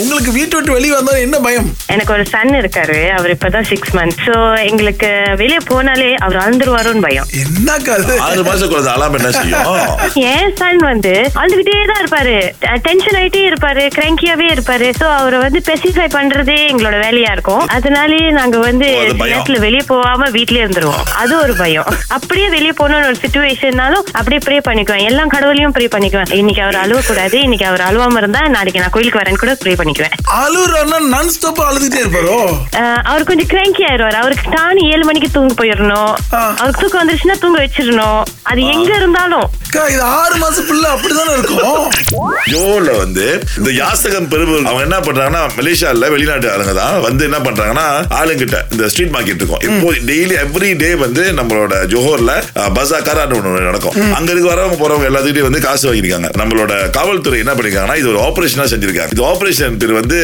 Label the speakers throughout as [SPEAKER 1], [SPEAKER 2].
[SPEAKER 1] உங்களுக்கு வீட்டு விட்டு வெளியே வந்தா என்ன பயம்
[SPEAKER 2] எனக்கு ஒரு சன் இருக்காரு அவர் இப்பதான் சிக்ஸ் மந்த் சோ எங்களுக்கு வெளியே போனாலே அவர் அழுந்துருவாரோன்னு பயம்
[SPEAKER 1] என்ன கதை
[SPEAKER 3] ஆறு மாசம் குழந்தை அலாம் என்ன செய்யும்
[SPEAKER 2] என் சன் வந்து அழுதுகிட்டே தான் இருப்பாரு டென்ஷன் ஆயிட்டே இருப்பாரு கிரங்கியாவே இருப்பாரு சோ அவரை வந்து பெசிஃபை பண்றதே எங்களோட வேலையா இருக்கும் அதனாலேயே நாங்க வந்து
[SPEAKER 3] ஓ, அது பயம்.
[SPEAKER 2] நேரத்துல வெளியே போகாம வீட்லயே இருந்துருவோம் அது ஒரு பயம் அப்படியே வெளியே போகணும்னு ஒரு சுச்சுவேஷன்னாலும் அப்படியே ப்ரே பண்ணிக்குவேன் எல்லா கடவுளையும் ப்ரே பண்ணிக்குவேன் இன்னைக்கு அவர் அழுவ கூடாது இன்னைக்கு அவர் அழுவாம இருந்தா நாளைக்கு நான் கோயிலுக்கு வரேன்னு கூட ப்ரே பண்ணிக்குவேன்
[SPEAKER 1] அழுறோன்னா நான் ஸ்டாப் அழுதுகிட்டே இருப்பாரோ
[SPEAKER 2] அஹ் அவர் கொஞ்சம் கிராங்கி ஆயிடுவாரு அவருக்கு டானு ஏழு மணிக்கு தூங்க போயிடணும்
[SPEAKER 1] ஆ.
[SPEAKER 2] அவருக்கு தூக்கம் வந்துருச்சுன்னா தூங்க வச்சிடணும் அது எங்க இருந்தாலும்
[SPEAKER 1] அக்கா, இது ஆறு மாசம் பிள்ளை அப்படிதானே இருக்கும்
[SPEAKER 3] ஜோல வந்து இந்த யாசகம் பெரும்பு அவங்க என்ன பண்றாங்கன்னா மலேசியால வெளிநாட்டு ஆளுங்க தான் வந்து என்ன பண்றாங்கன்னா ஆளுங்கிட்ட இந்த ஸ்ட்ரீட் மார்க்கெட் இருக்கும் இப்போ டெய்லி எவ்ரி டே வந்து நம்மளோட ஜோஹர்ல பசாக்காரான்னு ஒன்று நடக்கும் அங்க இருக்க வரவங்க போறவங்க எல்லாத்துக்கிட்டையும் வந்து காசு வாங்கியிருக்காங்க நம்மளோட காவல்துறை என்ன பண்ணிருக்காங்கன்னா இது ஒரு ஆபரேஷனா செஞ்சிருக்காங்க இது ஆபரேஷன் பேர் வந்து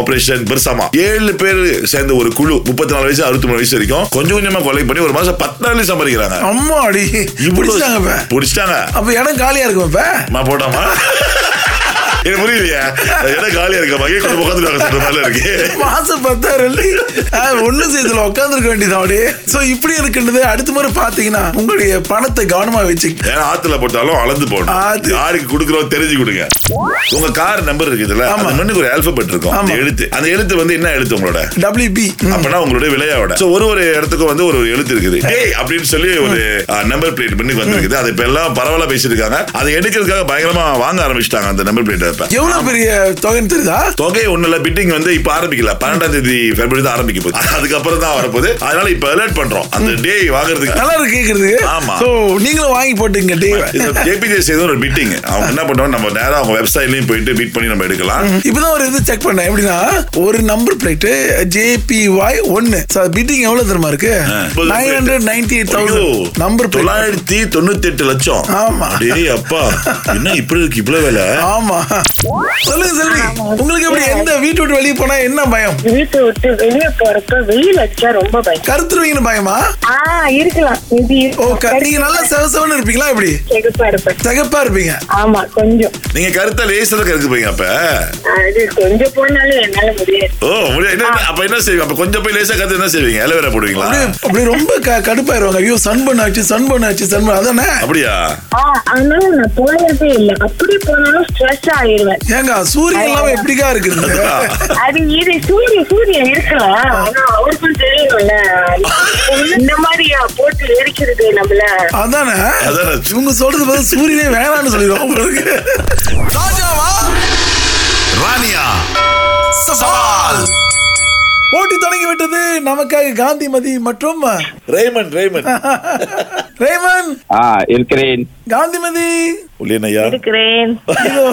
[SPEAKER 3] ஆபரேஷன் பெருசாமா ஏழு பேர் சேர்ந்த ஒரு குழு முப்பத்தி நாலு வயசு அறுபத்தி மூணு வயசு வரைக்கும் கொஞ்சம் கொஞ்சமா கொலை பண்ணி ஒரு மாசம் பத்தாயிரம் சம்பாதிக்கிறாங்க
[SPEAKER 1] அம்மா அடி
[SPEAKER 3] இவ்வளவு
[SPEAKER 1] பிடிச்சாங்க இப்ப
[SPEAKER 3] பிடிச்சிட்டாங்க
[SPEAKER 1] அப்ப இடம் காலியா இருக்கும் இப்ப
[SPEAKER 3] நான் போட்டாமா எனக்கு புரியலையா இடம் காலியா இருக்க மகே கொஞ்சம் உட்காந்துருக்காங்க சொல்ற மாதிரி இருக்கு
[SPEAKER 1] மாசம் பத்தாயிரம் ஒண்ணு சேர்த்துல உட்காந்துருக்க வேண்டியதான் அப்படியே சோ இப்படி இருக்குன்றது அடுத்த முறை பாத்தீங்கன்னா உங்களுடைய பணத்தை கவனமா வச்சுக்க
[SPEAKER 3] ஏன்னா ஆத்துல போட்டாலும் அளந்து போடும்
[SPEAKER 1] ஆத்து.
[SPEAKER 3] யாருக்கு குடுக்குறோம் தெரிஞ்சு கொடுங்க உங்க கார் நம்பர் இருக்குதுல்ல
[SPEAKER 1] ஆமா.
[SPEAKER 3] அந்த மண்ணுக்கு ஒரு ஆல்பபெட் இருக்கும் அந்த
[SPEAKER 1] ஆமா.
[SPEAKER 3] எழுத்து அந்த எழுத்து வந்து என்ன எழுத்து உங்களோட
[SPEAKER 1] டபிள்யூ பி
[SPEAKER 3] அப்பனா உங்களுடைய விளையாட சோ ஒரு ஒரு இடத்துக்கும் வந்து ஒரு ஒரு எழுத்து இருக்குது டேய் அப்படின்னு சொல்லி ஒரு நம்பர் பிளேட் பண்ணி வந்திருக்குது அது இப்ப எல்லாம் பரவலா பேசியிருக்காங்க அதை எடுக்கிறதுக்காக பயங்கரமா வாங்க ஆரம்பிச்சிட்டாங்க அந்த நம்பர் பிளேட் இப்ப
[SPEAKER 1] எவ்வளவு பெரிய தொகைன்னு தெரியுதா
[SPEAKER 3] தொகை ஒண்ணு இல்ல பிட்டிங் வந்து இப்ப ஆரம்பிக்கல பன்னெண்டாம் தேதி பிப்ரவரி தான் ஆரம்பிக்க போகுது அதுக்கப்புறம் தான் வரப்போகுது அதனால இப்ப அலர்ட் பண்றோம் அந்த டே வாங்குறதுக்கு
[SPEAKER 1] நல்லா இருக்கு கேக்குறதுக்கு
[SPEAKER 3] ஆமா.
[SPEAKER 1] சோ நீங்களும் வாங்கி போட்டுங்க டேவ்
[SPEAKER 3] ஜேபிஜே செய்த ஒரு மீட்டிங் அவங்க என்ன பண்றோம் நம்ம நேரா அவங்க வெப்சைட்லயும் போயிட்டு மீட் பண்ணி நம்ம எடுக்கலாம்
[SPEAKER 1] இப்பதான் ஒரு இது செக் பண்ணேன் எப்படின்னா ஒரு நம்பர் பிளேட் ஜேபிஒய் ஒன்னு பிட்டிங் எவ்வளவு தெரியுமா இருக்கு nine hundred ninety eight thousand number plate
[SPEAKER 3] தொள்ளாயிரத்தி தொண்ணூத்தி எட்டு லட்சம்
[SPEAKER 1] ஆமா.
[SPEAKER 3] டேய் அப்பா என்ன இப்படி இருக்கு இவ்வளவு வேலை
[SPEAKER 1] ஆமா சொல்லுங்க செல்வி உங்களுக்கு எப்படி எந்த வீட்டு விட்டு வெளியே போனா என்ன பயம்
[SPEAKER 4] வீட்டை விட்டு வெளியே போறப்ப வெயில் அடிச்சா ரொம்ப பயம்
[SPEAKER 1] கருத்துருவீங்கன்னு பயமா
[SPEAKER 4] ஆ இருக்கலாம் இது
[SPEAKER 1] ஓ க- நீங்க நல்லா செவசவன்னு இருப்பீங்களா எப்படி
[SPEAKER 4] செகுப்பா இருப்பேன்
[SPEAKER 1] தகப்பா இருப்பீங்க
[SPEAKER 4] ஆமா கொஞ்சம்
[SPEAKER 3] நீங்க கருத்தா லேசா கருக்கு போய் அப்ப
[SPEAKER 4] அது கொஞ்சம் போனாலும் என்னால முடியாது
[SPEAKER 3] ஓ முடியாது என்ன, என்ன, அப்ப என்ன செய்வீங்க அப்ப கொஞ்சம் போய் லேசா கருத்து என்ன செய்வீங்க அலவேரா போடுவீங்களா
[SPEAKER 1] அப்படியே அப்படியே ரொம்ப க- கடுப்பாயிருவாங்க ஐயோ சன் பண்ண ஆச்சு சன் பண்ண ஆச்சு சன் பண்ண அதானே
[SPEAKER 3] அப்படியா
[SPEAKER 4] ஆ, ஆனாலும் நான் போனதே இல்ல அப்படி போனாலும் ஸ்ட்ரெஸ் ஆயிடுவேன்
[SPEAKER 1] ஏங்க சூரியன் இல்லாம எப்படிக்கா இருக்குது
[SPEAKER 4] அது இது சூரியன் சூரியன் இருக்கலாம் ஆனா அவருக்கும் தெரியும்ல இந்த மாதிரி போட்டு எரிக்கிறது நம்மள
[SPEAKER 1] அதானே
[SPEAKER 3] அதானே.
[SPEAKER 1] இவங்க சொல்றது பார்த்து சூரியனே வேணாம்னு சொல்லிடுவோம் உங்களுக்கு ராஜாவா
[SPEAKER 3] ராணியா
[SPEAKER 1] சவால் போட்டி தொடங்கி விட்டது நமக்காக காந்திமதி மற்றும்
[SPEAKER 3] ரேமன் ரேமன்
[SPEAKER 1] ரேமன்
[SPEAKER 5] ஆ இருக்கிறேன்
[SPEAKER 1] காந்திமதி
[SPEAKER 3] உள்ளேன் ஐயா
[SPEAKER 2] இருக்கிறேன்
[SPEAKER 1] ஐயோ.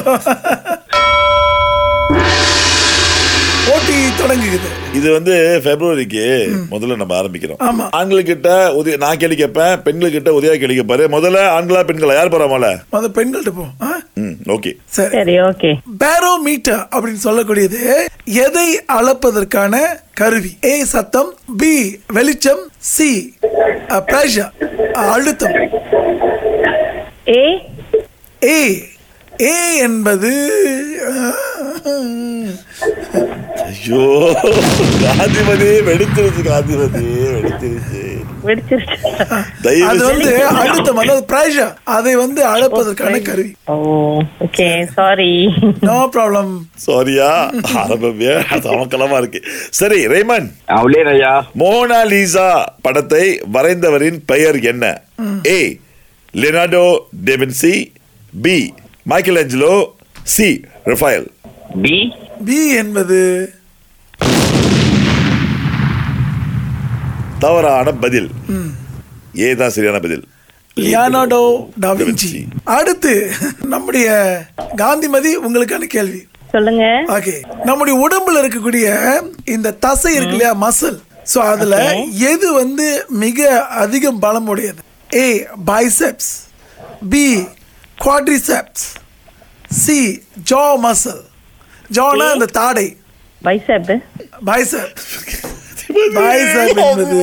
[SPEAKER 1] போட்டி தொடங்குகிறது
[SPEAKER 3] இது வந்து பிப்ரவரிக்கு முதல்ல நம்ம ஆரம்பிக்கிறோம்
[SPEAKER 1] ஆமா.
[SPEAKER 3] ஆண்களுக்கிட்ட உதய நான் கேள்வி கேட்பேன் பெண்களுக்கிட்ட உதயா கேள்வி கேட்பாரு முதல்ல ஆண்களா பெண்களா யார் போறாமல
[SPEAKER 1] மொதல் பெண்கள்ட்ட போ ஆ?
[SPEAKER 3] ம் ஓகே
[SPEAKER 1] சரி
[SPEAKER 2] சரி ஓகே
[SPEAKER 1] பேரோமீட்டர் அப்படின்னு சொல்லக்கூடியது எதை அளப்பதற்கான கருவி ஏ சத்தம் பி வெளிச்சம் சி பிரஷர் அழுத்தம்
[SPEAKER 2] ஏ
[SPEAKER 1] ஏ ஏ என்பது
[SPEAKER 3] ஐயோ காந்திமதி வெடிச்சிருச்சு காந்திமதி வெடிச்சிருச்சு
[SPEAKER 2] வெடிச்சிருச்சு
[SPEAKER 1] அது
[SPEAKER 3] தயவு
[SPEAKER 1] வந்து
[SPEAKER 3] செஞ்சு-
[SPEAKER 1] அழுத்தம் அதாவது பிரஷர் அதை வந்து அளப்பதற்கான கருவி
[SPEAKER 2] ஓ ஓகே சாரி
[SPEAKER 1] நோ ப்ராப்ளம்
[SPEAKER 3] சாரியா ஆரம்பமே சமக்கலமா இருக்கு சரி ரேமன்
[SPEAKER 5] நான் உள்ளேன் ஐயா
[SPEAKER 3] மோனாலிசா படத்தை வரைந்தவரின் பெயர் என்ன A Leonardo da Vinci B Michelangelo C Raphael
[SPEAKER 5] B
[SPEAKER 1] B என்பது
[SPEAKER 3] தவறான பதில் ஏ தான் சரியான பதில்
[SPEAKER 1] லியானாடோ டாவின்சி அடுத்து நம்முடைய காந்திமதி உங்களுக்கான கேள்வி
[SPEAKER 2] சொல்லுங்க
[SPEAKER 1] ஓகே நம்முடைய உடம்புல இருக்கக்கூடிய இந்த தசை இருக்கு இல்லையா மசில் சோ அதுல எது வந்து மிக அதிகம் பலம் உடையது A biceps B quadriceps C jaw muscle ஜானா அந்த தாடை
[SPEAKER 2] பைசப்
[SPEAKER 1] பைசெப் பைசெப் என்பது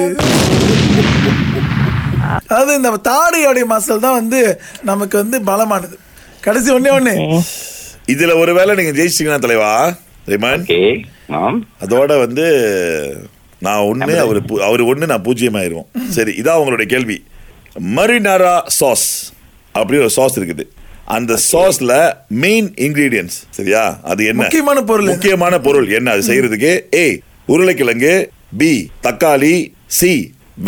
[SPEAKER 1] அதாவது இந்த தாடையோடைய மசில் தான் வந்து நமக்கு வந்து பலமானது கடைசி ஒண்ணே ஒண்ணு
[SPEAKER 3] இதுல ஒருவேளை நீங்க ஜெயிச்சிட்டீங்கன்னா தலைவா ரஹ்மான்
[SPEAKER 5] ஓகே ஆம்
[SPEAKER 3] அதோட வந்து நான் ஒண்ணு அவரு பூ- அவரு ஒண்ணு நான் பூஜ்ஜியம் ஆயிருவோம் சரி இதான் உங்களுடைய கேள்வி மரினரா சாஸ் அப்படி ஒரு சாஸ் இருக்குது அந்த சாஸ்ல மெயின் இன்கிரீடியன்ஸ் சரியா அது என்ன
[SPEAKER 1] முக்கியமான பொருள் என்ன?
[SPEAKER 3] முக்கியமான பொருள் என்ன அது செய்யறதுக்கு ஏ உருளைக்கிழங்கு பி தக்காளி சி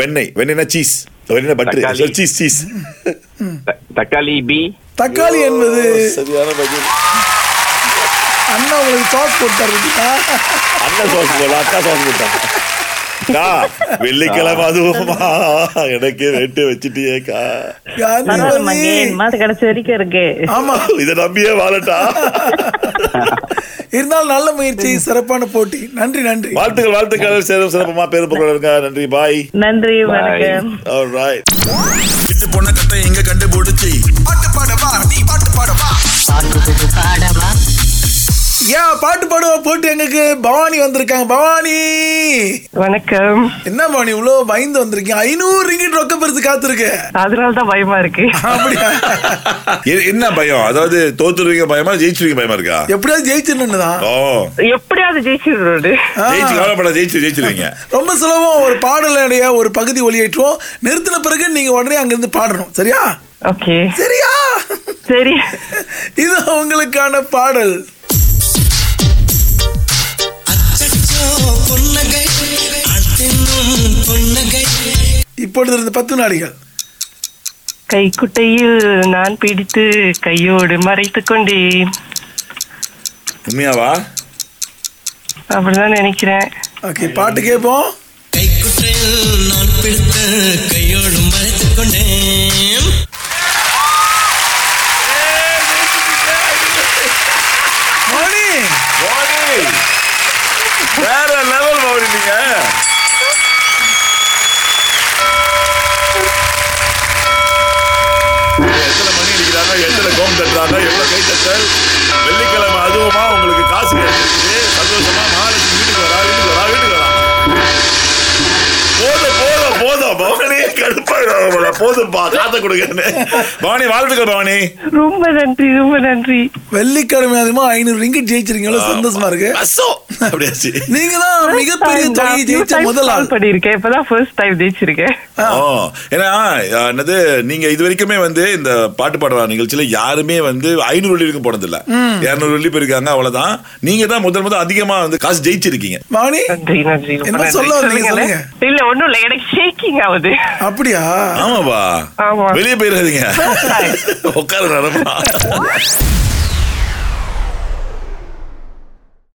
[SPEAKER 3] வெண்ணெய் வெண்ணெய்னா சீஸ் வெண்ணெய் பட்டர்
[SPEAKER 5] தக்காளி.
[SPEAKER 3] சீஸ் சீஸ்
[SPEAKER 5] த- தக்காளி பி
[SPEAKER 1] தக்காளி என்பது
[SPEAKER 3] சரியான பதில்
[SPEAKER 1] அண்ணா உங்களுக்கு சாஸ் போட்டார் பாத்தீங்களா?
[SPEAKER 3] அண்ணன் சாஸ் போல அக்கா சாஸ் போட்டாங்க கா வெள்ளிக்கிழமை அதுவுமா எனக்கு வெட்டு வச்சிட்டியேக்கா
[SPEAKER 1] காந்திமதி.
[SPEAKER 2] மாசம் கடைசி வரைக்கும் இருக்கு
[SPEAKER 1] ஆமா
[SPEAKER 3] இதை நம்பியே வாழட்டா
[SPEAKER 1] இருந்தாலும் நல்ல முயற்சி சிறப்பான போட்டி நன்றி நன்றி
[SPEAKER 3] வாழ்த்துக்கள் வாழ்த்துக்கள் சேரும் சிறப்பமா பேரும் புகழ் இருக்கா நன்றி பாய்
[SPEAKER 2] நன்றி
[SPEAKER 5] வணக்கம்.
[SPEAKER 3] ஆல்ரைட்
[SPEAKER 6] விட்டு பொண்ண கட்டை எங்க கண்டுபிடிச்சி பாட்டு பாடவா நீ பாட்டு பாடவா
[SPEAKER 1] ஏன் பாட்டு பாடுவா போட்டு எங்களுக்கு பவானி வந்திருக்காங்க பவானி
[SPEAKER 2] வணக்கம்
[SPEAKER 1] என்ன பவானி இவ்வளவு பயந்து வந்திருக்கீங்க ஐநூறு ரிங்கிட் ரொக்க பெருசு காத்திருக்கு
[SPEAKER 2] அதனால தான் பயமா இருக்கு
[SPEAKER 1] அப்படியா
[SPEAKER 3] என்ன பயம் அதாவது தோத்துருவீங்க பயமா ஜெயிச்சிருவீங்க பயமா இருக்கா
[SPEAKER 1] எப்படியாவது ஜெயிச்சிடணும்னு தான்
[SPEAKER 3] ஓ
[SPEAKER 2] எப்படியாவது ஜெயிச்சிடுறோடு
[SPEAKER 3] ஜெயிச்சு கவலைப்பட ஜெயிச்சு ஜெயிச்சிருவீங்க
[SPEAKER 1] ரொம்ப சுலபம் ஒரு பாடலுடைய ஒரு பகுதி ஒளியேற்றுவோம் நிறுத்தின பிறகு நீங்க உடனே அங்கிருந்து பாடணும் சரியா
[SPEAKER 2] ஓகே
[SPEAKER 1] சரியா
[SPEAKER 2] சரி
[SPEAKER 1] இது உங்களுக்கான பாடல்
[SPEAKER 7] அச்சோ புன்னகை அத்தினும் புன்னகை
[SPEAKER 1] இப்பொழுது இருந்து பத்து நாடிகள்
[SPEAKER 2] கைக்குட்டையில் நான் பிடித்து கையோடு மறைத்துக் கொண்டேன்
[SPEAKER 3] உண்மையாவா
[SPEAKER 2] அப்படிதான் நினைக்கிறேன்
[SPEAKER 1] ஓகே பாட்டு கேட்போம்
[SPEAKER 7] கைக்குட்டையில் நான் பிடித்த கையோடு மறைத்துக் கொண்டேன்
[SPEAKER 1] மணி
[SPEAKER 3] மோடி, வேற லெவல் மோடி நீங்க எத்தனை மணி அடிக்கிறாங்க எத்தனை கோம் தட்டுறாங்க எவ்வளவு கை தட்டல் வெள்ளிக்கிழமை அதுவுமா உங்களுக்கு காசு கிடைச்சிருக்கு சந்தோஷமா மகாலட்சுமி வீட்டுக்கு வரா வீட்டுக்கு வரா வீட்டுக்கு வரா போதும் போதும் போதும் பவானி கடுப்பாக போதும்பா காத்த கொடுங்கன்னு பவானி வாழ்த்துக்கள் பவானி
[SPEAKER 2] ரொம்ப நன்றி ரொம்ப நன்றி
[SPEAKER 1] வெள்ளிக்கிழமை அதிகமா ஐநூறு ரிங்கிட் ஜெயிச்சிருக்கீங்களோ சந்தோஷமா இருக்கு
[SPEAKER 3] அசோ அப்படியாச்சு
[SPEAKER 1] நீங்க தான் மிகப்பெரிய தொகையை ஜெயிச்ச முதல் ஆள்
[SPEAKER 2] பண்ணிருக்கேன் இப்பதான் ஃபர்ஸ்ட் டைம் ஜெயிச்சிருக்கேன்
[SPEAKER 3] ஓ, ஏன்னா ஆ, என்னது நீங்க இது வரைக்குமே வந்து இந்த பாட்டு பாடுற நிகழ்ச்சியில யாருமே வந்து ஐநூறு வெள்ளி வரைக்கும் போனதில்ல இரநூறு வெள்ளி போயிருக்காங்க அவ்வளவுதான் நீங்க தான் முதல் முதல் அதிகமா வந்து காசு ஜெயிச்சிருக்கீங்க
[SPEAKER 1] மணி
[SPEAKER 2] நன்றி நன்றி ரொம்ப
[SPEAKER 1] என்ன
[SPEAKER 2] நன்றி.
[SPEAKER 1] சொல்ல வந்தீங்க,
[SPEAKER 2] சொல்லுங்களேன்.
[SPEAKER 1] சொல்லுங்க.
[SPEAKER 2] இல்ல ஒண்ணும் இல்ல எனக்கு ஷேக்கிங் ஆகுது
[SPEAKER 1] அப்படியா
[SPEAKER 3] ஆமாப்பா
[SPEAKER 2] ஆமா.
[SPEAKER 3] வெளியே போயிடாதீங்க
[SPEAKER 2] Sorry.
[SPEAKER 3] உட்கார நடமா